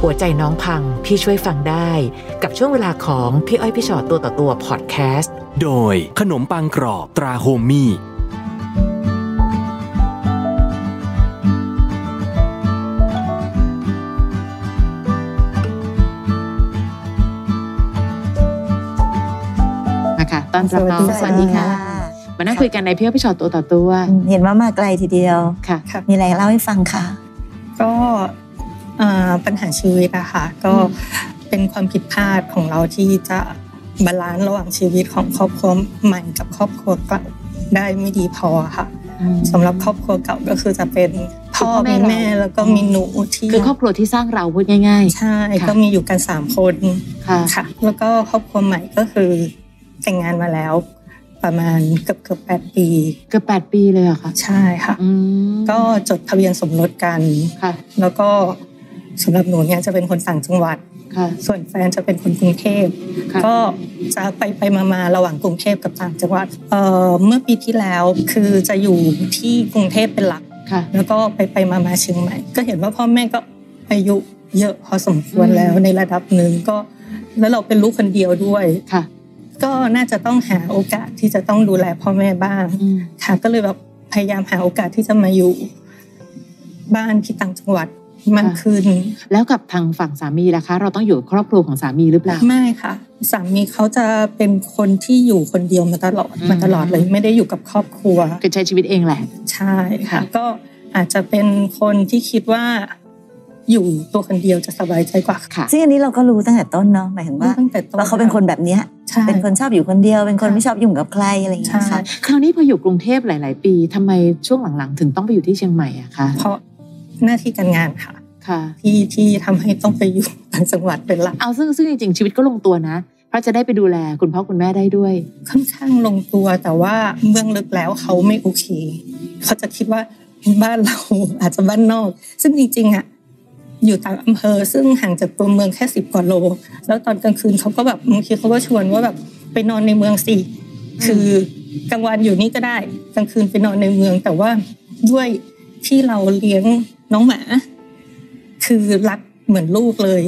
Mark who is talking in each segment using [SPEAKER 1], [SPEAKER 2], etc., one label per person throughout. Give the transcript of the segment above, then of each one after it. [SPEAKER 1] หัวใจน้องพังพี่ช่วยฟังได้ กับช่วงเวลาของพี่อ้อยพี่ชอตตัวต่อตัวพอดแคสต์
[SPEAKER 2] โดยขนมปังกรอบตราโฮมมี่
[SPEAKER 1] นะคะต้อนรับน้อง
[SPEAKER 3] สวัสดีค่ะ
[SPEAKER 1] มานั่งคุยกันในพี่อ้อยพี่ชอตตัวต่อตัว
[SPEAKER 3] เห็นว่ามาไกลทีเดียว
[SPEAKER 1] ค่ะ
[SPEAKER 3] มีอะไรเล่าให้ฟังค่ะ
[SPEAKER 4] ก็เอ่อปัญหาชีวิตอะค่ะก็เป็นความผิดพลาดของเราที่จะบาลานซ์ระหว่างชีวิตของครอบครัวใหม่กับครอบครัวเก่าได้ไม่ดีพอค่ะสำหรับครอบครัวเก่าก็คือจะเป็น
[SPEAKER 1] คื
[SPEAKER 4] พ่อ
[SPEAKER 1] อพ่อแม่
[SPEAKER 4] มี
[SPEAKER 1] เรา
[SPEAKER 4] แม่แล้วก็มีหนูที่
[SPEAKER 1] คือครอบครัวที่สร้างเราพูดง่าย
[SPEAKER 4] ใช่
[SPEAKER 1] ค่ะ
[SPEAKER 4] ก็มีอยู่กันสามคน
[SPEAKER 1] ๆ ค่ะ
[SPEAKER 4] ค่ะ แล้วก็ครอบครัวใหม่ก็คือแต่งงานมาแล้ว ประมาณเกือบเกือบแปดปี
[SPEAKER 1] เกือบแปดปีเลยเหรอคะ
[SPEAKER 4] ใช่ค่ะ
[SPEAKER 1] อืม
[SPEAKER 4] ก็จดทะเบียนสมรสกัน
[SPEAKER 1] ค่ะ
[SPEAKER 4] แล้วก็สำหรับหนูเนี่ยจะเป็นคนต่างจังหวัด
[SPEAKER 1] ค่ะ
[SPEAKER 4] ส่วนแฟนจะเป็นคนกรุงเทพ
[SPEAKER 1] ค่ะ
[SPEAKER 4] ก็จะไปไปมามาระหว่างกรุงเทพกับต่างจังหวัดเอ่อเมื่อปีที่แล้วคือจะอยู่ที่กรุงเทพเป็นหลัก
[SPEAKER 1] ค่ะ
[SPEAKER 4] แล้วก็ไปไปมามาเชียงใหม่ ก็เห็นว่าพ่อแม่ก็อายุเยอะพอสมควรแล้ว
[SPEAKER 1] อืม
[SPEAKER 4] ในระดับหนึ่งก็ แล้วเราเป็นลูกคนเดียวด้วย
[SPEAKER 1] ค่ะ
[SPEAKER 4] ก็น่าจะต้องหาโอกาสที่จะต้องดูแลพ่อแม่บ้าง
[SPEAKER 1] อืม
[SPEAKER 4] ค่ะก็เลยแบบพยายามหาโอกาสที่จะมาอยู่บ้านที่ต่างจังหวัดมากขึ้น
[SPEAKER 1] แล้วกับทางฝั่งสามีล่ะคะ เราต้องอยู่กับครอบครัวของสามีหรือเปล่า
[SPEAKER 4] ไม่ค่ะสามีเขาจะเป็นคนที่อยู่คนเดียวมาตลอด
[SPEAKER 1] อืม
[SPEAKER 4] มาตลอดเลยไม่ได้อยู่กับครอบครัว
[SPEAKER 1] คือใช้ชีวิตเองแหละ
[SPEAKER 4] ใช่
[SPEAKER 1] ค่ะ
[SPEAKER 4] ค่ะ ก็อาจจะเป็นคนที่คิดว่าอยู่ตัวคนเดียวจะสบายใจกว่า
[SPEAKER 1] ค่ะ
[SPEAKER 3] ซึ่งอันนี้เราก็รู้ตั้งแต่ต้นเนาะหมายถึงว่า
[SPEAKER 4] ตั้งแต่ต้น
[SPEAKER 3] ว่าเขาเป็นคนแบบเนี้ย
[SPEAKER 4] ใช่
[SPEAKER 3] เป็นคนชอบอยู่คนเดียว เป็นคน
[SPEAKER 4] ค่ะ
[SPEAKER 3] ไม่ชอบยุ่งกับใครอะไรอย่างเงี้
[SPEAKER 4] ใช่
[SPEAKER 3] ยค่ะ
[SPEAKER 1] คราวนี้พออยู่กรุงเทพหลาย ๆ ปีทำไมช่วงหลัง ๆ ถึงต้องไปอยู่ที่เชียงใหม่อะคะ
[SPEAKER 4] เพราะหน้าที่การงานค่ะ
[SPEAKER 1] ค่ะ
[SPEAKER 4] ที่ที่ทำให้ต้องไปอยู่ต่างจังหวัดเป็นหลัก
[SPEAKER 1] เอาซึ่งซึ่งจริง ๆ ชีวิตก็ลงตัวนะ เพราะจะได้ไปดูแลคุณพ่อคุณแม่ได้ด้วย
[SPEAKER 4] ค่อนข้างลงตัวแต่ว่าเบื้องลึกแล้วเขาไม่โอเคเขาจะคิดว่าบ้านเรา อาจจะบ้านนอก ซึ่งจริงๆอ่ะอยู่ต่างอำเภอซึ่งห่างจากตัวเมืองแค่สิบกว่าโล แล้วตอนกลางคืนเขาก็แบบบางทีเขาก็ชวนว่าแบบไปนอนในเมืองสิคือกลางวันอยู่นี่ก็ได้กลางคืนไปนอนในเมือง แต่ว่าด้วยที่เราเลี้ยงน้องหมา คือรักเหมือนลูกเลย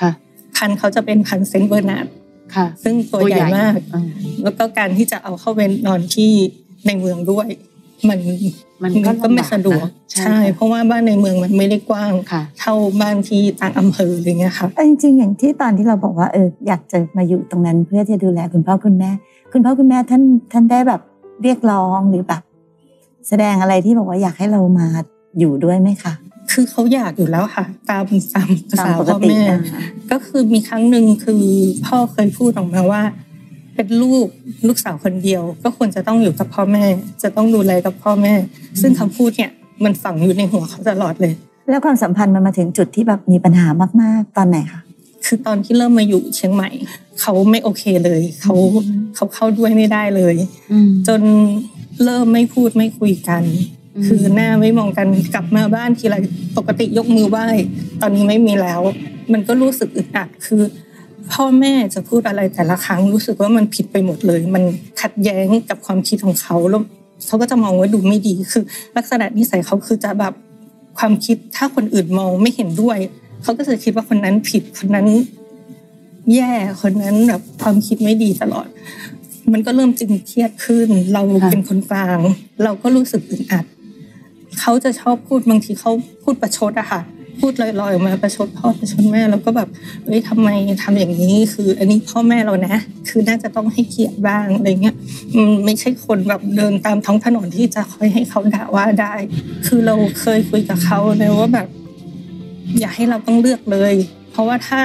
[SPEAKER 1] ค่ะ
[SPEAKER 4] พันธุ์เขาจะเป็นพันธุ์เซนต์เบอร์นาร์ด
[SPEAKER 1] ค่ะ
[SPEAKER 4] ซึ่งตัวใหญ่มาก
[SPEAKER 1] อืม
[SPEAKER 4] แล้วก็การที่จะเอาเข้าไปนอนที่ในเมืองด้วย มัน
[SPEAKER 1] มัน
[SPEAKER 4] มั
[SPEAKER 1] ก็
[SPEAKER 4] นก็ไม่
[SPEAKER 1] ลำบาน
[SPEAKER 4] สะดวก
[SPEAKER 1] ใช่
[SPEAKER 4] ใช่ เพราะว่าบ้านในเมืองมันไม่ได้กว้าง
[SPEAKER 1] ค่ะ
[SPEAKER 4] เท่าบ้านที่ต่างอำเภออะไรเงี้ยค่ะ
[SPEAKER 3] แต่จริงๆ อย่างที่ตอนที่เราบอกว่าเอออยากจะมาอยู่ตรงนั้นเพื่อจะดูแลคุณพ่อคุณแม่ คุณพ่อคุณแม่ท่านท่านได้แบบเรียกร้องหรือแบบ แสดงอะไรที่บอกว่าอยากให้เรามาอยู่ด้วยไหมคะ
[SPEAKER 4] คือเขาอยากอยู่แล้วค่ะ ตามตามภา
[SPEAKER 3] ตาม
[SPEAKER 4] ษา
[SPEAKER 3] ปก
[SPEAKER 4] พ่อ
[SPEAKER 3] ติ
[SPEAKER 4] แม่
[SPEAKER 3] นะ
[SPEAKER 4] ก็คือมีครั้งหนึ่งคือพ่อเคยพูดออกมาว่า เป็นลูกลูกสาวคนเดียว ก็ควรจะต้องอยู่กับพ่อแม่ จะต้องดูแลกับพ่อแม่ ซึ่งคำพูดเนี่ยมันฝังอยู่ในหัวเขาตลอดเลย
[SPEAKER 3] แล้วความสัมพันธ์มันมาถึงจุดที่แบบมีปัญหามากๆ ตอนไหนคะ
[SPEAKER 4] คือตอนที่เริ่มมาอยู่เชียงใหม่ เขาไม่โอเคเลยเขาเขาเข้าด้วยไม่ได้เลย
[SPEAKER 1] อืม
[SPEAKER 4] จนเริ่มไม่พูดไม่คุยกัน คือหน้าไม่มองกันกลับมาบ้านทีไรปกติยกมือไหว้ตอนนี้ไม่มีแล้ว มันก็รู้สึกอึดอัดคือ พ่อแม่จะพูดอะไรแต่ละครั้งรู้สึกว่ามันผิดไปหมดเลย มันขัดแย้งกับความคิดของเขาแล้วเขาก็จะมองว่าดูไม่ดีคือ ลักษณะนิสัยเขาคือจะแบบความคิดถ้าคนอื่นมองไม่เห็นด้วย เขาก็จะคิดว่าคนนั้นผิดคนนั้น แย่คนนั้นแบบความคิดไม่ดีตลอด มันก็เริ่มจึงเครียดขึ้น เราเป็นคนกลาง เราก็รู้สึกอึดอัด เขาจะชอบพูดบางทีเขาพูดประชดอะค่ะ พูดลอยๆออกมาประชดพ่อประชดแม่แล้วก็แบบเฮ้ยทำไมทำอย่างนี้ คือ อันนี้พ่อแม่เรานะ คือน่าจะต้องให้เกียรติบ้างอะไรเงี้ยมันไม่ใช่คนแบบเดินตามท้องถนนที่จะคอยให้เขาด่าว่าได้ คือเราเคยคุยกับเขานะว่าแบบ อย่าให้เราต้องเลือกเลย เพราะว่าถ้า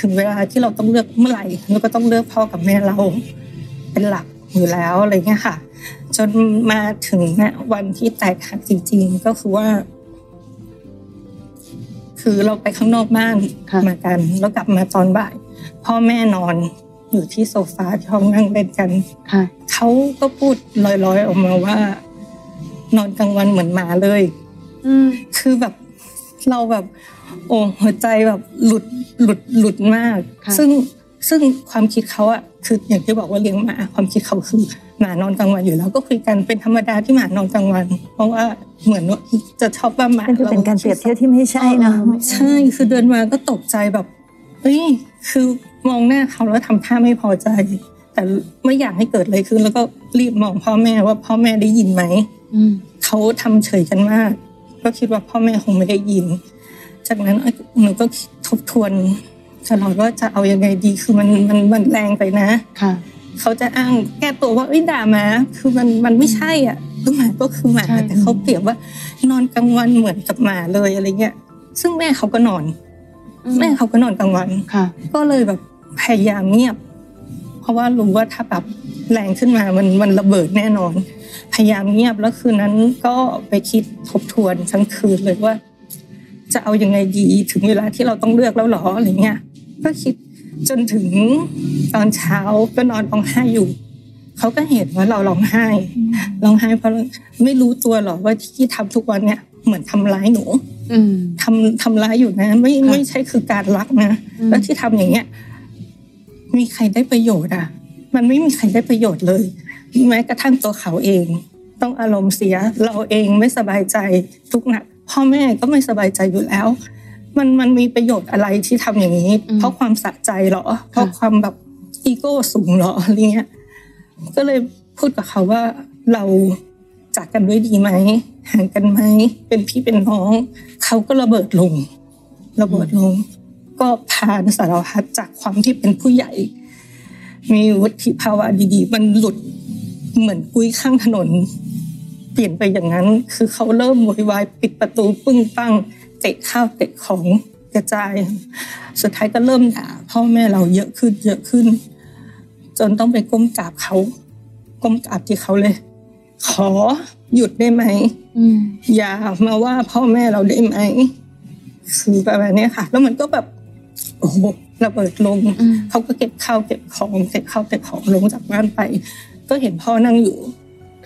[SPEAKER 4] ถึงเวลาที่เราต้องเลือกเมื่อไหร่เราก็ต้องเลือกพ่อกับแม่เรา เป็นหลักอยู่แล้วอะไรเงี้ยค่ะ จนมาถึงณวันที่แตกหักจริง ๆ ก็คือว่า คือเราไปข้างนอกบ้าน
[SPEAKER 1] ค่ะ
[SPEAKER 4] มากัน แล้วกลับมาตอนบ่าย พ่อแม่นอนอยู่ที่โซฟาที่ห้องนั่งเล่นกัน
[SPEAKER 1] ค่ะ
[SPEAKER 4] เขาก็พูดลอยๆออกมาว่า นอนกลางวันเหมือนหมาเลย
[SPEAKER 1] อืม
[SPEAKER 4] คือแบบเราแบบโอ้หัวใจแบบหลุดหลุดหลุดมาก
[SPEAKER 1] ค่ะ
[SPEAKER 4] ซึ่งซึ่งความคิดเขาอะ คืออย่างที่บอกว่าเลี้ยงหมาความคิดเขาคือหมานอนกลางวันอยู่แล้วก็คุยกันเป็นธรรมดาที่หมานอนกลางวัน เพราะว่าเหมือนว่าจะชอบว่าหมา
[SPEAKER 3] มันจะเป็นการเปรียบเทียบที่ไม่ใช่เนาะ
[SPEAKER 4] ออไม่ใช่คือเดินมาก็ตกใจแบบเอ้ยคือมองหน้าเขาแล้วทำท่าไม่พอใจ แต่ไม่อยากให้เกิดอะไรขึ้น แล้วก็รีบมองพ่อแม่ว่าพ่อแม่ได้ยินไหม
[SPEAKER 5] อืม
[SPEAKER 4] เขาทำเฉยกันมาก ก็คิดว่าพ่อแม่คงไม่ได้ยิน จากนั้นหนูก็ทบทวนตลอดว่าจะเอายังไงดีคือมันมันมันแรงไปนะ
[SPEAKER 5] ค่ะ
[SPEAKER 4] เขาจะอ้างแก้ตัวว่าเอ้ยด่าหมาคือมันมันไม่ใช่อ่ะคือหมาก็คือหมา
[SPEAKER 5] ใช่
[SPEAKER 4] แต่เขาเปรียบว่านอนกลางวันเหมือนกับหมาเลยอะไรเงี้ย ซึ่งแม่เขาก็นอน แม่เขาก็นอนกลางวัน
[SPEAKER 5] ค่ะ
[SPEAKER 4] ก็เลยแบบพยายามเงียบ เพราะว่ารู้ว่าถ้าแบบแรงขึ้นมามันมันระเบิดแน่นอน พยายามเงียบแล้วคืนนั้นก็ไปคิดทบทวนทั้งคืนเลยว่า จะเอายังไงดีถึงเวลาที่เราต้องเลือกแล้วเหรออะไรเงี้ยก็คิดจนถึงตอนเช้าก็นอนร้องไห้อยู่เขาก็เห็นว่าเราร้องไห้ร้องไห้เพราะไม่รู้ตัวหรอกว่าที่ทำทุกวันเนี่ยเหมือนทำร้ายหนู
[SPEAKER 5] อืม
[SPEAKER 4] ทำทำร้ายอยู่นะ ไม่
[SPEAKER 5] ค่ะ
[SPEAKER 4] ไม่ใช่คือการรักนะ
[SPEAKER 5] อืม
[SPEAKER 4] แล้วที่ทำอย่างเงี้ย มีใครได้ประโยชน์อ่ะ มันไม่มีใครได้ประโยชน์เลย แม้กระทั่งตัวเขาเอง ต้องอารมณ์เสีย เราเองไม่สบายใจทุกข์หนักพ่อแม่ก็ไม่สบายใจอยู่แล้ว มันมันมีประโยชน์อะไรที่ทำอย่างนี้
[SPEAKER 5] อืม
[SPEAKER 4] เพราะความสะใจเหรอ เพราะความแบบอีโก้สูงเหรออะไรเงี้ยก็เลยพูดกับเขาว่าเราจากกันด้วยดีไหมห่างกันไหมเป็นพี่เป็นน้อง เขาก็ระเบิดลง ระเบิดลง ก็ผ่านสารพัดจากความที่เป็นผู้ใหญ่ มีวุฒิภาวะดีๆ มันหลุดเหมือนกุ้ยข้างถนน เปลี่ยนไปอย่างนั้น คือเขาเริ่มโวยวายปิดประตูปึ้งปังเตะข้าวเตะของกระจาย สุดท้ายก็เริ่มด่าพ่อแม่เราเยอะขึ้นเยอะขึ้น จนต้องไปก้มกราบเขา ก้มกราบที่เขาเลย ขอหยุดได้ไหม
[SPEAKER 5] อืม
[SPEAKER 4] อย่ามาว่าพ่อแม่เราได้ไหมคือประมาณเนี้ยค่ะ แล้วมันก็แบบโอ้โหระเบิดลง
[SPEAKER 5] อืม
[SPEAKER 4] เขาก็เก็บข้าวเก็บของเก็บข้าวเก็บของลงจากบ้านไป ก็เห็นพ่อนั่งอยู่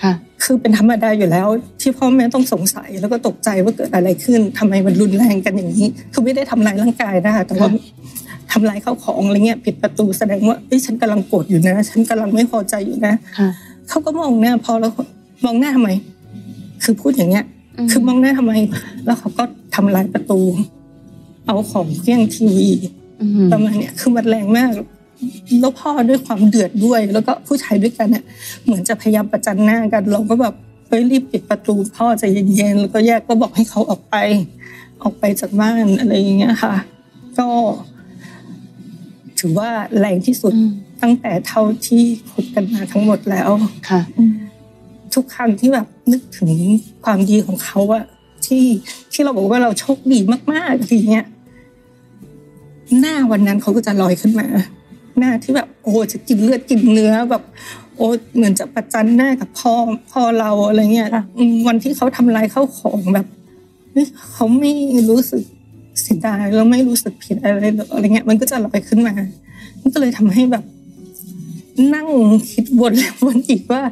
[SPEAKER 5] ค่ะ
[SPEAKER 4] คือเป็นธรรมดาอยู่แล้ว ที่พ่อแม่ต้องสงสัยแล้วก็ตกใจว่าเกิดอะไรขึ้นทำไมมันรุนแรงกันอย่างนี้คือไม่ได้ทำร้ายร่างกายนะคะแต่ว่า
[SPEAKER 5] ค่ะ
[SPEAKER 4] ทำร้ายข้าวของอะไรเงี้ยปิดประตูแสดงว่าเอ้ยฉันกำลังโกรธอยู่นะ ฉันกำลังไม่พอใจอยู่นะ
[SPEAKER 5] ค่ะ
[SPEAKER 4] เขาก็มองหน้าพอแล้วมองหน้าทำไม คือพูดอย่างเงี้ย
[SPEAKER 5] อืม
[SPEAKER 4] คือมองหน้าทำไม แล้วเขาก็ทำลายประตู เอาของเครื่องทีวี
[SPEAKER 5] อืม
[SPEAKER 4] ประมาณเนี้ยคือมันแรงมาก แล้วพ่อด้วยความเดือดด้วย แล้วก็ผู้ชายด้วยกันเนี่ยเหมือนจะพยายามประจันหน้ากัน เราก็แบบเฮ้ยรีบปิดประตู พ่อใจเย็นๆแล้วก็แยกก็บอกให้เขาออกไป ออกไปจากบ้านอะไรอย่างเงี้ยค่ะ ก็ ถือว่าแรงที่สุด
[SPEAKER 5] อืม
[SPEAKER 4] ตั้งแต่เท่าที่คบกันมาทั้งหมดแล้ว
[SPEAKER 5] ค่ะ
[SPEAKER 4] ทุกครั้งที่แบบนึกถึงความดีของเขาอะที่ที่เราบอกว่าเราโชคดีมากๆทีเนี้ยหน้าวันนั้นเขาก็จะลอยขึ้นมา หน้าที่แบบ โอ้จะกินเลือดกินเนื้อแบบ โอ้เหมือนจะประจันหน้ากับพ่อพ่อเราอะไรเงี้ย
[SPEAKER 3] ค่ะ
[SPEAKER 4] อืมวันที่เขาทำลายเข้าวของแบบเฮ้ยเขาไม่รู้สึกเสียดายแล้วไม่รู้สึกผิดอะไรหรอกอะไรเงี้ย มันก็จะลอยขึ้นมา มันก็เลยทำให้แบบ นั่งคิดวน แล้ววนอีกว่า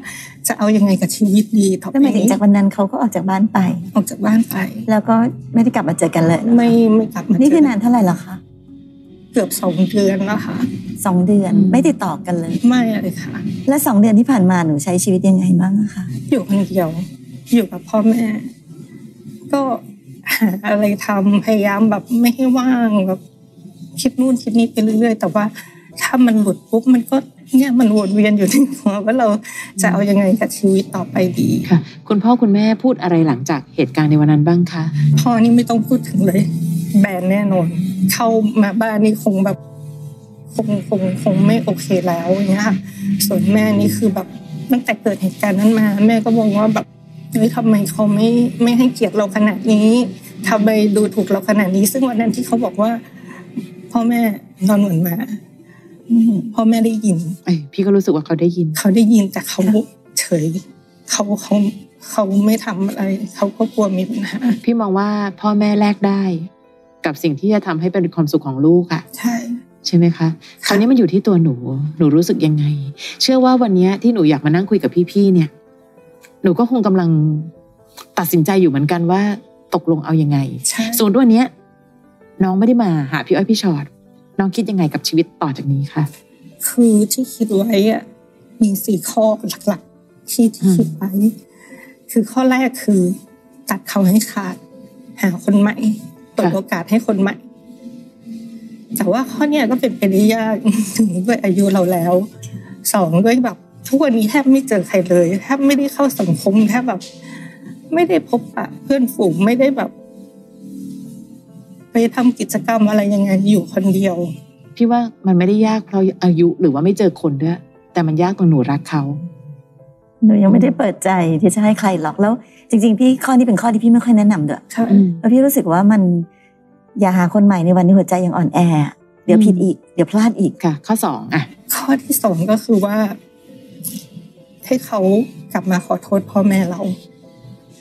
[SPEAKER 4] จะเอายังไงกับชีวิตดีต่อไป
[SPEAKER 3] แล้วหมายถึงจากวันนั้นเขาก็ออกจากบ้านไป
[SPEAKER 4] ออกจากบ้านไป
[SPEAKER 3] แล้วก็ไม่ได้กลับมาเจอกันเลยเหรอ
[SPEAKER 4] ไม่ไม่กลับมา
[SPEAKER 3] นี่คือนาน
[SPEAKER 4] เจ
[SPEAKER 3] เท่าไหร่แล้วคะ
[SPEAKER 4] กัเกือบสองเดือนแล้วค่ะ
[SPEAKER 3] สองเดือน
[SPEAKER 5] อืม
[SPEAKER 3] ไม่ติดต่อกันเลย
[SPEAKER 4] ไม่เลยค่ะ
[SPEAKER 3] และสองเดือนที่ผ่านมาหนูใช้ชีวิตยังไงบ้างอะคะ
[SPEAKER 4] อยู่คนเดียว อยู่กับพ่อแม่ ก็ หาอะไรทำพยายามแบบไม่ให้ว่างแบบคิดนู่นคิดนี่ไปเรื่อยๆ แต่ว่าถ้ามันหลุดปุ๊บมันก็เนี่ยมันวนเวียนอยู่ในหัวว่าเราจะเอายังไงกับชีวิตต่อไปดี
[SPEAKER 5] ค่ะ คุณพ่อคุณแม่พูดอะไรหลังจากเหตุการณ์ในวันนั้นบ้างคะ
[SPEAKER 4] พ่อนี่ไม่ต้องพูดถึงเลย แบนแน่นอน เข้ามาบ้านนี่คงแบบคงคงคงไม่โอเคแล้วอย่างเงี้ยค่ะส่วนแม่นี่คือแบบตั้งแต่เกิดเหตุการณ์นั้นมา แม่ก็มองว่าแบบเฮ้ยทำไมเขาไม่ไม่ให้เกียรติเราขนาดนี้ทำไมดูถูกเราขนาดนี้ ซึ่งวันนั้นที่เขาบอกว่า พ่อแม่นอนเหมือนหมาอืมพ่อแม่ได้ยิน
[SPEAKER 5] เอ้ยพี่ก็รู้สึกว่าเขาได้ยิน
[SPEAKER 4] เขาได้ยินแต่เขาเฉยเขาเขาเขาไม่ทำอะไรเขาก็กลัวมีปัญหา
[SPEAKER 5] พี่มองว่าพ่อแม่แลกได้ กับสิ่งที่จะทำให้เป็นความสุขของลูกอะ
[SPEAKER 4] ใช่
[SPEAKER 5] ใช่ไหมคะคราวนี้มันอยู่ที่ตัวหนู หนูรู้สึกยังไง เชื่อว่าวันเนี้ยที่หนูอยากมานั่งคุยกับพี่ๆเนี่ย หนูก็คงกำลังตัดสินใจอยู่เหมือนกันว่า ตกลงเอายังไง
[SPEAKER 4] ใช่
[SPEAKER 5] ส่วนด้วยเนี้ยน้องไม่ได้มาหาพี่อ้อยพี่ชอตน้องคิดยังไงกับชีวิตต่อจากนี้คะ
[SPEAKER 4] คือที่คิดไว้อะมีสี่ข้อหลักๆ ที่ที่คิดไว้ คือข้อแรกคือ ตัดเขาให้ขาด หาคนใหม่เปิด
[SPEAKER 5] ค่ะ
[SPEAKER 4] โอกาสให้คนใหม่ แต่ว่าข้อเนี้ยก็เป็นไปได้ยาก ถึงด้วยอายุเราแล้วสองด้วยแบบ ทุกวันนี้แทบไม่เจอใครเลยแทบไม่ได้เข้าสังคมแทบแบบ ไม่ได้พบปะเพื่อนฝูงไม่ได้แบบ ไปทำกิจกรรมอะไรยังไงอยู่คนเดียว
[SPEAKER 5] พี่ว่ามันไม่ได้ยากเพราะอายุหรือว่าไม่เจอคนด้วย แต่มันยากตรงหนูรักเขา
[SPEAKER 3] หนูยังไม่ได้เปิดใจที่จะให้ใครหรอกแล้ว จริง ๆ พี่ข้อนี้เป็นข้อที่พี่ไม่ค่อยแนะนำด้วย
[SPEAKER 4] ใช่
[SPEAKER 5] อืม
[SPEAKER 3] เพราะพี่รู้สึกว่ามันอย่าหาคนใหม่ในวันที่หัวใจยังอ่อนแออะเดี๋ยวผิดอีก เดี๋ยวพลาดอีก
[SPEAKER 5] ค่ะ ข้อสองอ่ะ
[SPEAKER 4] ข้อที่สองก็คือว่า ให้เขากลับมาขอโทษพ่อแม่เรา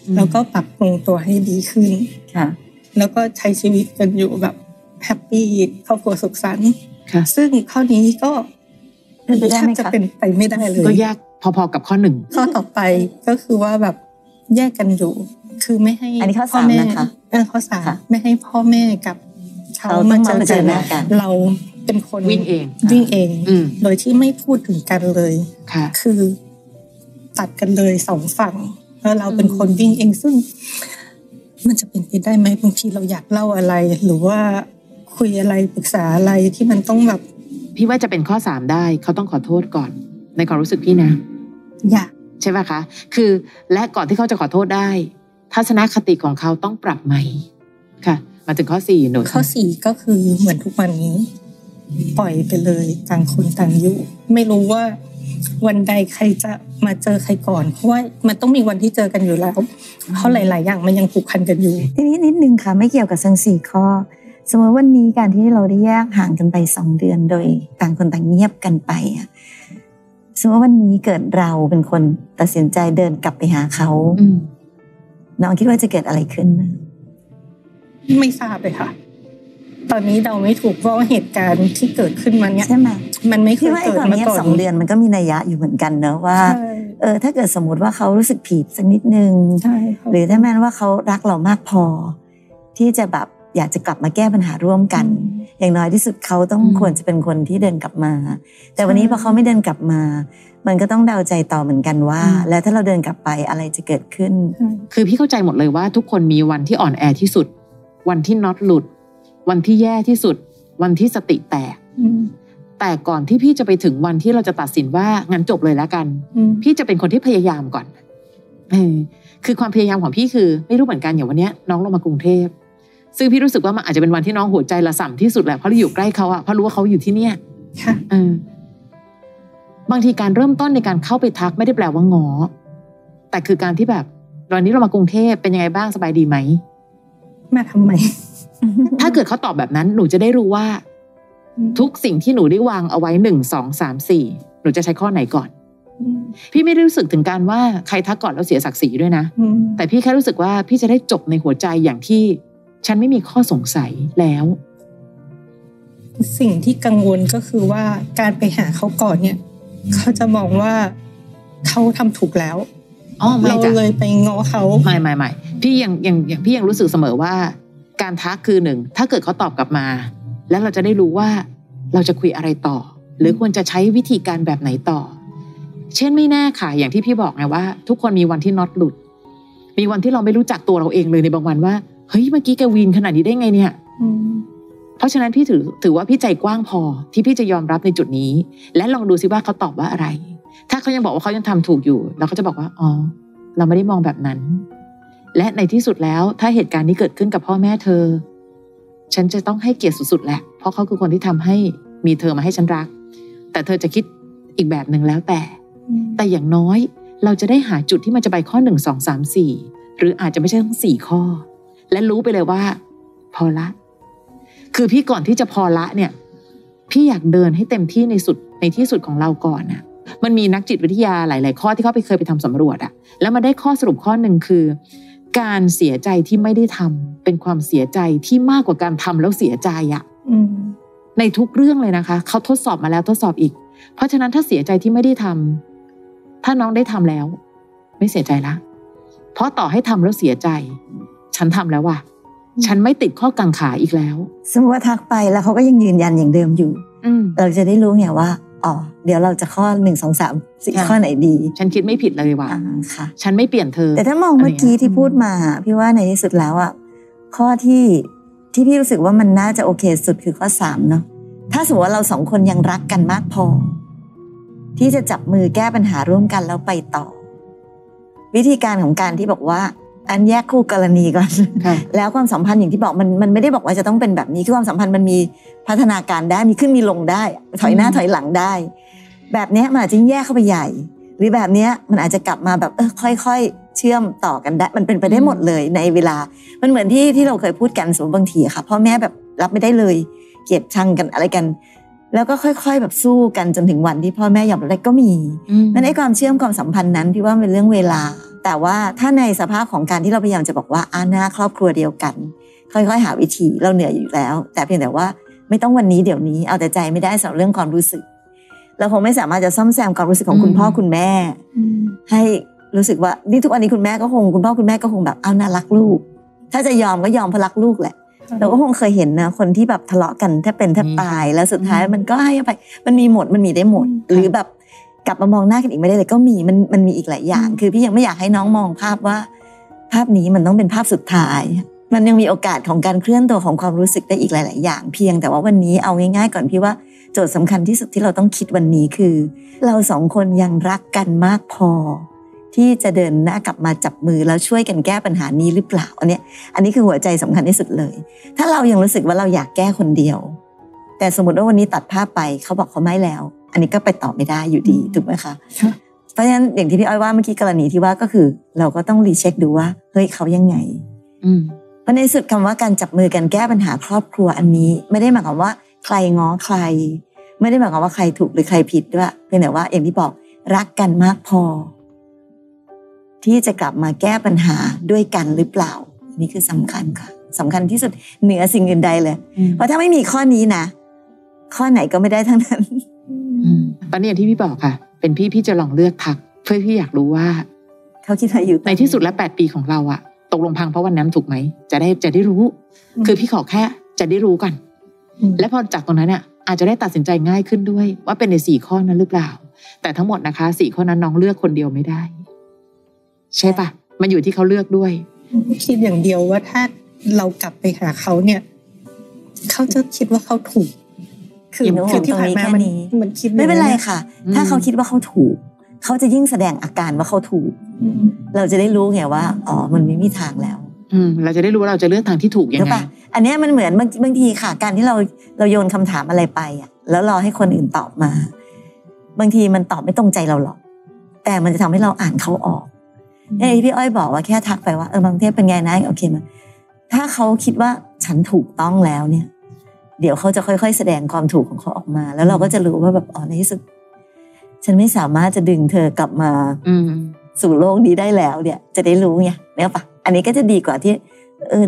[SPEAKER 5] อืม
[SPEAKER 4] แล้วก็ปรับปรุงตัวให้ดีขึ้น
[SPEAKER 3] ค่ะ
[SPEAKER 4] แล้วก็ใช้ชีวิตกันอยู่แบบแฮปปี้ครอบครัวสุขสันต์
[SPEAKER 5] ค่ะ
[SPEAKER 4] ซึ่งข้อนี้ก็
[SPEAKER 3] เป็นไปได้ไหมคะ
[SPEAKER 4] แทบจะเป็นไปไม่ได้เล
[SPEAKER 5] ก็
[SPEAKER 4] ย
[SPEAKER 5] ยากพอๆกับข้อหนึ่ง
[SPEAKER 4] ข้อต่อไปก็คือว่าแบบแยกกันอยู่ คือไม่ให้
[SPEAKER 3] อันนี้ข้อสาม
[SPEAKER 4] แม่
[SPEAKER 3] นะคะ
[SPEAKER 4] เออข้อสาม
[SPEAKER 3] ค่ะ
[SPEAKER 4] ไม่ให้พ่อแม่กับเขา
[SPEAKER 3] เราต้
[SPEAKER 4] มา
[SPEAKER 3] อง
[SPEAKER 4] เจอ
[SPEAKER 3] มาเจอหน้ากัน
[SPEAKER 4] เราเป็นคน
[SPEAKER 5] วิ่งเอง
[SPEAKER 4] วิ่งเอง
[SPEAKER 5] อืม
[SPEAKER 4] โดยที่ไม่พูดถึงกันเลย
[SPEAKER 5] ค่ะ
[SPEAKER 4] คือตัดกันเลยสองฝั่งแล้วเรา
[SPEAKER 5] อืม
[SPEAKER 4] เป็นคนวิ่งเองซึ่ง มันจะเป็นไปได้ไหมบางทีเราอยากเล่าอะไร หรือว่าคุยอะไรปรึกษาอะไรที่มันต้องแบบ
[SPEAKER 5] พี่ว่าจะเป็นข้อสามได้เขาต้องขอโทษก่อน ในความรู้สึกพี่นะ
[SPEAKER 4] อยาก
[SPEAKER 5] ใช่ไหมคะ คือและก่อนที่เขาจะขอโทษได้ ทัศนคติของเขาต้องปรับใหม่ ค่ะ มาถึงข้อสี่หนู
[SPEAKER 4] ข้อสี่ก็คือเหมือนทุกวันนี้ ปล่อยไปเลยต่างคนต่างอยู่ ไม่รู้ว่าวันใดใครจะมาเจอใครก่อนเพราะว่ามันต้องมีวันที่เจอกันอยู่แล้วเพราะหลาย ๆ อย่างมันยังผูกพันกันอยู่
[SPEAKER 3] ทีนี้นิดนึงค่ะไม่เกี่ยวกับทั้งสี่ข้อ สมมติวันนี้การที่เราได้แยกห่างกันไปสองเดือนโดย ต่างคนต่างเงียบกันไปอะสมมติวันนี้เกิดเราเป็นคนตัดสินใจเดินกลับไปหาเขา
[SPEAKER 5] อืม
[SPEAKER 3] น้องคิดว่าจะเกิดอะไรขึ้นนะ
[SPEAKER 4] ไม่ทราบเลยค่ะ ตอนนี้เดาไม่ถูกเพราะว่าเหตุการณ์ที่เกิดขึ้นมาเนี่ย
[SPEAKER 3] ใช่ไหม
[SPEAKER 4] มันไม่เค
[SPEAKER 3] พี่
[SPEAKER 4] ย
[SPEAKER 3] ว่าไอ้
[SPEAKER 4] เกิด
[SPEAKER 3] ความ
[SPEAKER 4] มา
[SPEAKER 3] เงียบ
[SPEAKER 4] ก่อน
[SPEAKER 3] สองเดือนมันก็มีนัยยะอยู่เหมือนกันเนอะว่า
[SPEAKER 4] ใช่
[SPEAKER 3] เออถ้าเกิดสมมติว่าเขารู้สึกผิดสักนิดนึง
[SPEAKER 4] ใช่ค่ะ
[SPEAKER 3] หรือถ้าแม้ว่าเขารักเรามากพอ ที่จะแบบอยากจะกลับมาแก้ปัญหาร่วมกัน อย่างน้อยที่สุดเขาต้องควรจะเป็นคนที่เดินกลับมา แต่วันนี้พอเขาไม่เดินกลับมา มันก็ต้องเดาใจต่อเหมือนกันว่า แล้วถ้าเราเดินกลับไปอะไรจะเกิดขึ้น
[SPEAKER 4] ใช่
[SPEAKER 5] คือพี่เข้าใจหมดเลยว่าทุกคนมีวันที่อ่อนแอที่สุด วันที่น็อตหลุด วันที่แย่ที่สุด วันที่สติแตก
[SPEAKER 4] อืม
[SPEAKER 5] แต่ก่อนที่พี่จะไปถึงวันที่เราจะตัดสินว่างั้นจบเลยแล้วกัน
[SPEAKER 4] อืม
[SPEAKER 5] พี่จะเป็นคนที่พยายามก่อนเออคือความพยายามของพี่คือ ไม่รู้เหมือนกันอย่างวันเนี้ยน้องลงมากรุงเทพ ซึ่งพี่รู้สึกว่ามันอาจจะเป็นวันที่น้องหัวใจระส่ำที่สุดแหละเพราะเราอยู่ใกล้เขาอะเพราะรู้ว่าเขาอยู่ที่เนี่ย
[SPEAKER 4] ค่ะ
[SPEAKER 5] เออ บางทีการเริ่มต้นในการเข้าไปทักไม่ได้แปลว่างอ แต่คือการที่แบบตอนนี้เรามากรุงเทพเป็นยังไงบ้างสบายดีไหม
[SPEAKER 4] มาทำไม
[SPEAKER 5] ถ้าเกิดเขาตอบแบบนั้น หนูจะได้รู้ว่า
[SPEAKER 4] อืม
[SPEAKER 5] ทุกสิ่งที่หนูได้วางเอาไว้หนึ่งสองสามสี่หนูจะใช้ข้อไหนก่อน
[SPEAKER 4] อืม
[SPEAKER 5] พี่ไม่ได้รู้สึกถึงการว่าใครทักก่อนแล้วเสียศักดิ์ศรีด้วยนะ
[SPEAKER 4] อืม
[SPEAKER 5] แต่พี่แค่รู้สึกว่าพี่จะได้จบในหัวใจอย่างที่ ฉันไม่มีข้อสงสัยแล้ว
[SPEAKER 4] สิ่งที่กังวลก็คือว่าการไปหาเขาก่อนเนี่ย เขาจะมองว่าเขาทำถูกแล้ว
[SPEAKER 5] อ๋อไม่
[SPEAKER 4] เรา
[SPEAKER 5] จ้ะ
[SPEAKER 4] เลยไปง้อเขา
[SPEAKER 5] ไม่ไม่ไม่พี่ยังยังยังพี่ยังรู้สึกเสมอว่า การทักคือหนึ่ง ถ้าเกิดเขาตอบกลับมา แล้วเราจะได้รู้ว่า เราจะคุยอะไรต่อ หรือควรจะใช้วิธีการแบบไหนต่อ เช่นไม่แน่ค่ะ อย่างที่พี่บอกไงว่า ทุกคนมีวันที่น็อตหลุด มีวันที่เราไม่รู้จักตัวเราเองเลยในบางวันว่าเฮ้ยเมื่อกี้แกวีนขนาดนี้ได้ไงเนี่ย
[SPEAKER 4] อืม
[SPEAKER 5] เพราะฉะนั้นพี่ถือถือว่าพี่ใจกว้างพอที่พี่จะยอมรับในจุดนี้ และลองดูซิว่าเขาตอบว่าอะไร ถ้าเขายังบอกว่าเขายังทำถูกอยู่ เราก็จะบอกว่าอ๋อเราไม่ได้มองแบบนั้น และในที่สุดแล้วถ้าเหตุการณ์นี้เกิดขึ้นกับพ่อแม่เธอ ฉันจะต้องให้เกียรติสุดๆแหละ เพราะเขาคือคนที่ทำให้มีเธอมาให้ฉันรัก แต่เธอจะคิดอีกแบบหนึ่งแล้วแต่ แต่อย่างน้อยเราจะได้หาจุดที่มันจะไปข้อหนึ่งสองสามสี่หรืออาจจะไม่ใช่ทั้งสี่ข้อ และรู้ไปเลยว่า พอละ คือพี่ก่อนที่จะพอละเนี่ย พี่อยากเดินให้เต็มที่ในสุดในที่สุดของเราก่อนน่ะ มันมีนักจิตวิทยาหลาย ๆ ข้อที่เขาไปเคยไปทำสำรวจอะแล้วมาได้ข้อสรุปข้อหนึ่งคือ การเสียใจที่ไม่ได้ทำเป็นความเสียใจที่มากกว่าการทำแล้วเสียใจอะ
[SPEAKER 4] อืม
[SPEAKER 5] ในทุกเรื่องเลยนะคะเขาทดสอบมาแล้วทดสอบอีก เพราะฉะนั้นถ้าเสียใจที่ไม่ได้ทำถ้าน้องได้ทำแล้ว ไม่เสียใจละเพราะต่อให้ทำแล้วเสียใจ ฉันทำแล้วว่ะฉันไม่ติดข้อกังขาอีกแล้ว
[SPEAKER 3] สมมติว่าทักไปแล้วเขาก็ยังยืนยันอย่างเดิมอยู่
[SPEAKER 5] อืม
[SPEAKER 3] เราจะได้รู้ไงว่า อ๋อเดี๋ยวเราจะข้อหนึ่งสองสามสี่
[SPEAKER 5] ค่ะ
[SPEAKER 3] ข้อไหนดี
[SPEAKER 5] ฉันคิดไม่ผิดเลยว่ะ
[SPEAKER 3] อ่าค่ะ
[SPEAKER 5] ฉันไม่เปลี่ยนเธอ
[SPEAKER 3] แต่ถ้ามองเมื่อกี้ที่พูดมาพี่ว่าในที่สุดแล้วอ่ะข้อที่ที่พี่รู้สึกว่ามันน่าจะโอเคสุดคือข้อสามเนาะถ้าสมมติว่าเราสองคนยังรักกันมากพอ ที่จะจับมือแก้ปัญหาร่วมกันแล้วไปต่อ วิธีการของการที่บอกว่า อันแยกคู่กรณีก่อน
[SPEAKER 5] ค่ะ
[SPEAKER 3] แล้วความสัมพันธ์อย่างที่บอกมันมันไม่ได้บอกว่าจะต้องเป็นแบบนี้คือความสัมพันธ์มันมีพัฒนาการได้มีขึ้นมีลงได้ ถอยหน้า
[SPEAKER 5] อืม
[SPEAKER 3] ถอยหลังได้ แบบเนี้ยมันอาจจะยิ่งแย่เข้าไปใหญ่ หรือแบบเนี้ยมันอาจจะกลับมาแบบเออค่อย ๆ เชื่อมต่อกันได้ มันเป็นไปได้หมดเลยในเวลา มันเหมือนที่ที่เราเคยพูดกันสมมติบางทีอะค่ะพ่อแม่แบบรับไม่ได้เลย เกลียดชังกันอะไรกัน แล้วก็ค่อย ๆ แบบสู้กันจนถึงวันที่พ่อแม่ยอมรับได้ก็มี
[SPEAKER 5] อืม
[SPEAKER 3] นั่นไอ้ความเชื่อมความสัมพันธ์นั้นพี่ว่ามันเป็นเรื่องเวลา แต่ว่าถ้าในสภาพของการที่เราพยายามจะบอกว่าอาหน้าครอบครัวเดียวกัน ค่อยๆ หาวิธีเราเหนื่อยอยู่แล้ว แต่เพียงแต่ว่าไม่ต้องวันนี้เดี๋ยวนี้เอาแต่ใจไม่ได้สำหรับเรื่องความรู้สึก เราคงไม่สามารถจะซ่อมแซมความรู้สึกของ
[SPEAKER 5] อืม
[SPEAKER 3] คุณพ่อคุณแม่ ให้รู้สึกว่านี่ทุกวันนี้คุณแม่ก็คงคุณพ่อคุณแม่ก็คงแบบเอาน่ารักลูก ถ้าจะยอมก็ยอมเพราะรักลูกแหละ เราก็คงเคยเห็นนะคนที่แบบทะเลาะกันแทบเป็นแทบตายแล้วสุดท้ายมันก็ให้อภัยมันมีหมดมันมีได้หมด หรือแบบกลับมามองหน้ากันอีกไม่ได้เลยก็มีมันมันมีอีกหลายอย่าง คือพี่ยังไม่อยากให้น้องมองภาพว่า ภาพนี้มันต้องเป็นภาพสุดท้าย มันยังมีโอกาสของการเคลื่อนตัวของความรู้สึกได้อีกหลาย ๆ อย่าง เพียงแต่ว่าวันนี้เอาง่าย ๆ ก่อนพี่ว่าโจทย์สำคัญที่สุดที่เราต้องคิดวันนี้คือ เราสองคนยังรักกันมากพอ ที่จะเดินหน้ากลับมาจับมือแล้วช่วยกันแก้ปัญหานี้หรือเปล่าอันเนี้ยอันนี้คือหัวใจสำคัญที่สุดเลย ถ้าเรายังรู้สึกว่าเราอยากแก้คนเดียว แต่สมมติว่าวันนี้ตัดภาพไปเขาบอกเขาไม่แล้ว อันนี้ก็ไปต่อไม่ได้อยู่ดีถูกไหมคะ
[SPEAKER 4] ค่ะ
[SPEAKER 3] เพราะฉะนั้นอย่างที่พี่อ้อยว่าเมื่อกี้กรณีที่ว่าก็คือ เราก็ต้องรีเช็คดูว่าเฮ้ยเขายังไง
[SPEAKER 5] อืม
[SPEAKER 3] เพราะในที่สุดคำว่าการจับมือกันแก้ปัญหาครอบครัวอันนี้ ไม่ได้หมายความว่าใครง้อใคร ไม่ได้หมายความว่าใครถูกหรือใครผิดด้วยเพียงแต่ว่าอย่างที่บอกรักกันมากพอ ที่จะกลับมาแก้ปัญหาด้วยกันหรือเปล่า นี่คือสำคัญค่ะสำคัญที่สุดเหนือสิ่งอื่นใดเลย
[SPEAKER 5] อืม
[SPEAKER 3] เพราะถ้าไม่มีข้อนี้นะข้อไหนก็ไม่ได้ทั้งนั้น
[SPEAKER 5] อืมตอนนี้อย่างที่พี่บอกค่ะ เป็นพี่พี่จะลองเลือกพัก เพื่อพี่อยากรู้ว่า
[SPEAKER 3] เขาคิดอะไรอยู่ตอน
[SPEAKER 5] ในที่สุดแล้วแปดปีของเราอะตกลงพังเพราะวันนั้นถูกไหม จะได้จะได้รู้
[SPEAKER 4] อืม
[SPEAKER 5] คือพี่ขอแค่จะได้รู้กัน
[SPEAKER 4] อืม
[SPEAKER 5] และพอจากตรงนั้นเนี่ยอาจจะได้ตัดสินใจง่ายขึ้นด้วย ว่าเป็นในสี่ข้อนั้นหรือเปล่า แต่ทั้งหมดนะคะสี่ข้อนั้นน้องเลือกคนเดียวไม่ได้ ใช่ปะมันอยู่ที่เขาเลือกด้วย
[SPEAKER 4] คิดอย่างเดียวว่าถ้าเรากลับไปหาเขาเนี่ย เขาจะคิดว่าเขาถูก คือ
[SPEAKER 3] หนู
[SPEAKER 4] คือที่
[SPEAKER 3] ห่วง
[SPEAKER 4] ผ่าน
[SPEAKER 3] ต
[SPEAKER 4] มา
[SPEAKER 3] รง
[SPEAKER 4] มัน
[SPEAKER 3] แค่นี้
[SPEAKER 4] มันคิด
[SPEAKER 3] ไม่เป็นไรค่ะ
[SPEAKER 5] อืม
[SPEAKER 3] ถ้าเขาคิดว่าเขาถูก เขาจะยิ่งแสดงอาการว่าเขาถูก
[SPEAKER 4] อืม
[SPEAKER 3] เราจะได้รู้ไงว่าอ๋อมันไม่มีทางแล้ว
[SPEAKER 5] อืม เราจะได้รู้ว่าเราจะเลือกทางที่ถูกยัง
[SPEAKER 3] รู้
[SPEAKER 5] ไง
[SPEAKER 3] ป่ะอันเนี้ยมันเหมือนบางบางทีค่ะ การที่เราเราโยนคำถามอะไรไปอ่ะ แล้วรอให้คนอื่นตอบมา บางทีมันตอบไม่ตรงใจเราหรอก แต่มันจะทำให้เราอ่านเขาออก
[SPEAKER 4] อืม
[SPEAKER 3] เอ้ยพี่อ้อยบอกว่าแค่ทักไปว่าเออบางเทพเป็นไงนะโอเคไหมาถ้าเขาคิดว่าฉันถูกต้องแล้วเนี่ย เดี๋ยวเขาจะค่อยๆ แสดงความถูกของเขาออกมา แล้วเราก็จะรู้ว่าแบบอ๋อในที่สุด ฉันไม่สามารถจะดึงเธอกลับมา
[SPEAKER 5] อืม
[SPEAKER 3] สู่โลกนี้ได้แล้วเนี่ยจะได้รู้ไงเนี่ยปะอันนี้ก็จะดีกว่าที่ เออ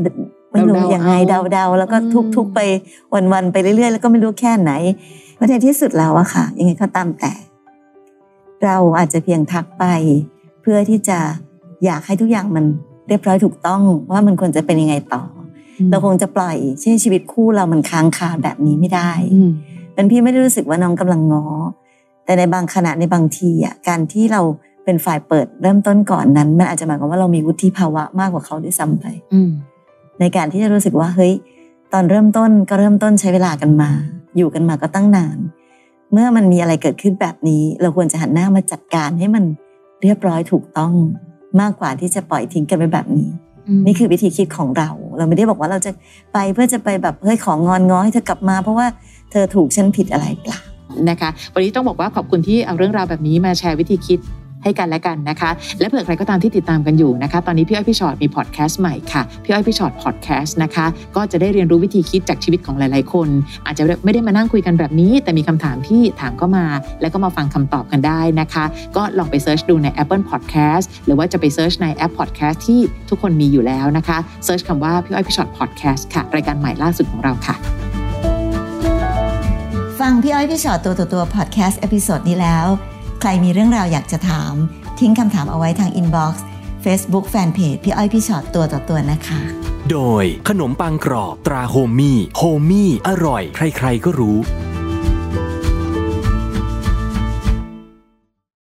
[SPEAKER 3] ไม่รู้
[SPEAKER 5] เดาๆ
[SPEAKER 3] ยังไง
[SPEAKER 5] เอา
[SPEAKER 3] เดาๆแล้วก็
[SPEAKER 5] อืม
[SPEAKER 3] ทุกทุกๆไปวันๆไปเรื่อยๆแล้วก็ไม่รู้แค่ไหนเพราะในที่สุดแล้วอะค่ะ ยังไงก็ตามแต่ เราอาจจะเพียงทักไป เพื่อที่จะอยากให้ทุกอย่างมันเรียบร้อยถูกต้องว่ามันควรจะเป็นยังไงต่ออเราคงจะปล่อยใช่ชีวิตคู่เรามันค้างคาแบบนี้ไม่ได้
[SPEAKER 5] อืม
[SPEAKER 3] เป็นพี่ไม่ได้รู้สึกว่าน้องกำลังง้อ แต่ในบางขณะในบางทีอ่ะการที่เราเป็นฝ่ายเปิดเริ่มต้นก่อนนั้น มันอาจจะหมายความว่าเรามีวุฒิภาวะมากกว่าเขาด้วยซ้ำไป
[SPEAKER 5] อืม
[SPEAKER 3] ในการที่จะรู้สึกว่าเฮ้ยตอนเริ่มต้นก็เริ่มต้นใช้เวลากันมา อยู่กันมาก็ตั้งนาน เมื่อมันมีอะไรเกิดขึ้นแบบนี้ เราควรจะหันหน้ามาจัดการให้มันเรียบร้อยถูกต้องมากกว่าที่จะปล่อยทิ้งกันไปแบบนี้ นี่คือวิธีคิดของเรา เราไม่ได้บอกว่าเราจะไปเพื่อจะไปแบบเฮ้ยของอนง้อให้เธอกลับมา เพราะว่าเธอถูกฉันผิดอะไรเปล่า
[SPEAKER 5] นะคะวันนี้ต้องบอกว่าขอบคุณที่เอาเรื่องราวแบบนี้มาแชร์วิธีคิดให้กันและกันนะคะ และเผื่อใครก็ตามที่ติดตามกันอยู่นะคะ ตอนนี้พี่อ้อยพี่ชอตมีพอดแคสต์ใหม่ค่ะ พี่อ้อยพี่ชอตพอดแคสต์นะคะ ก็จะได้เรียนรู้วิธีคิดจากชีวิตของหลาย ๆ คน อาจจะไม่ได้มานั่งคุยกันแบบนี้ แต่มีคำถามที่ถามก็มา แล้วก็มาฟังคำตอบกันได้นะคะ ก็ลองไปเสิร์ชดูใน Apple Podcast หรือว่าจะไปเสิร์ชในแอป Podcast ที่ทุกคนมีอยู่แล้วนะคะเสิร์ชคำว่าพี่อ้อยพี่ชอตพอดแคสต์ค่ะรายการใหม่ล่าสุดของเราค่ะ
[SPEAKER 3] ฟังพี่อ้อยพี่ชอตตัวต่อตัวพอดแคสต์เอพิโซดนี้แล้ว ใครมีเรื่องราวอยากจะถาม ทิ้งคำถามเอาไว้ทางอินบ็อกซ์เฟซบุ๊กแฟนเพจพี่อ้อยพี่ชอตตัวต่อตัวนะคะ
[SPEAKER 2] โดยขนมปังกรอบตราโฮมี่โฮมี่อร่อย ใครๆก็รู้